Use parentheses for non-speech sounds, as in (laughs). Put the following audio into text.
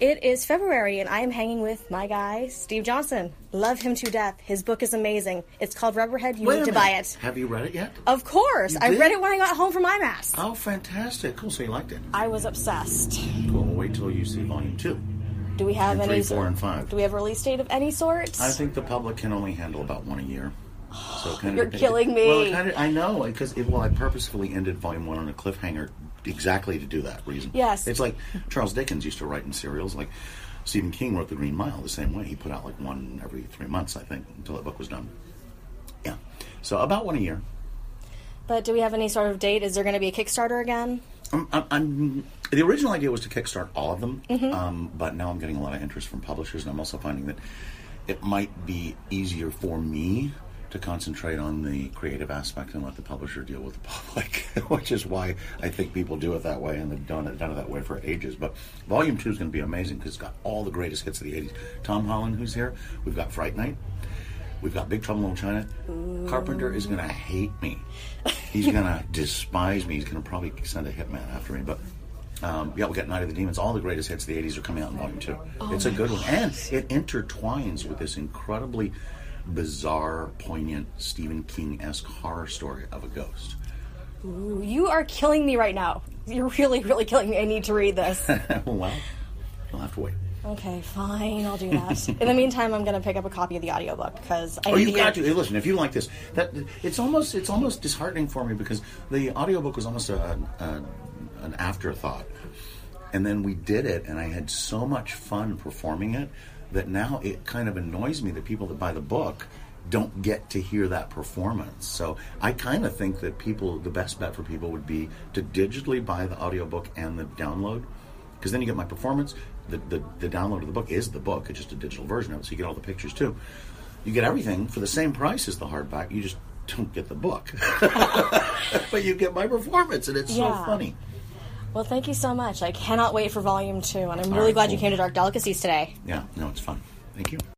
It is February, and I am hanging with my guy, Steve Johnson. Love him to death. His book is amazing. It's called Rubberhead. You Wait need a to minute. buy it. Oh. Have you read it yet? Of course. You I did? read it when I got home from IMAS. Oh, fantastic. Cool. So you liked it. I was obsessed. Cool. We'll wait till you see volume two. Do we have And any three, four, and five. Do we have a release date of any sort? I think the public can only handle about one a year. So it kind You're of, it- killing me. Well, it kind of, I know because it, well, I purposefully ended volume one on a cliffhanger exactly to do that reason. Yes. it's like Charles Dickens used to write in serials. Like Stephen King wrote The Green Mile the same way. He put out like one every three months, I think, until that book was done. Yeah, so about one a year. But do we have any sort of date? Is there going to be a Kickstarter again? I'm, I'm, I'm, Um, the original idea was to kickstart all of them, um, but now I'm getting a lot of interest from publishers, and I'm also finding that it might be easier for me to concentrate on the creative aspect and let the publisher deal with the (laughs) public, which is why I think people do it that way, and they've done it, done it that way for ages. But Volume 2 is going to be amazing because it's got all the greatest hits of the 80s. Tom Holland, who's here, we've got Fright Night. We've got Big Trouble in Little China. Carpenter is going to hate me. He's going to despise me. He's going to probably send a hitman after me. But um, yeah, we got Night of the Demons. All the greatest hits of the 80s are coming out in Volume 2. it's a good one. And it intertwines with this incredibly bizarre, poignant Stephen King esque horror story of a ghost. (laughs) You are killing me right now. You're really, really killing me. I need to read (laughs) this. well, you'll have to wait. okay, fine. I'll do that. In the meantime, I'm going to pick up a copy of the audiobook because I Oh, need you to got get to hey, listen. If you like this, that it's almost it's almost disheartening for me because the audiobook was almost a, a an afterthought, and then we did it, and I had so much fun performing it that now it kind of annoys me that people that buy the book don't get to hear that performance. So I kind of think that people the best bet for people would be to digitally buy the audiobook and the download because then you get my performance. The, the, the download of the book is the book, it's just a digital version of it, so you get all the pictures too. You get everything for the same price as the hardback, you just don't get the book. (laughs) but you get my performance, and it's Yeah. so funny. Well, thank you so much. I cannot wait for volume two, and I'm really right, glad cool. you came to Dark Delicacies today. Yeah, no, it's fun. Thank you.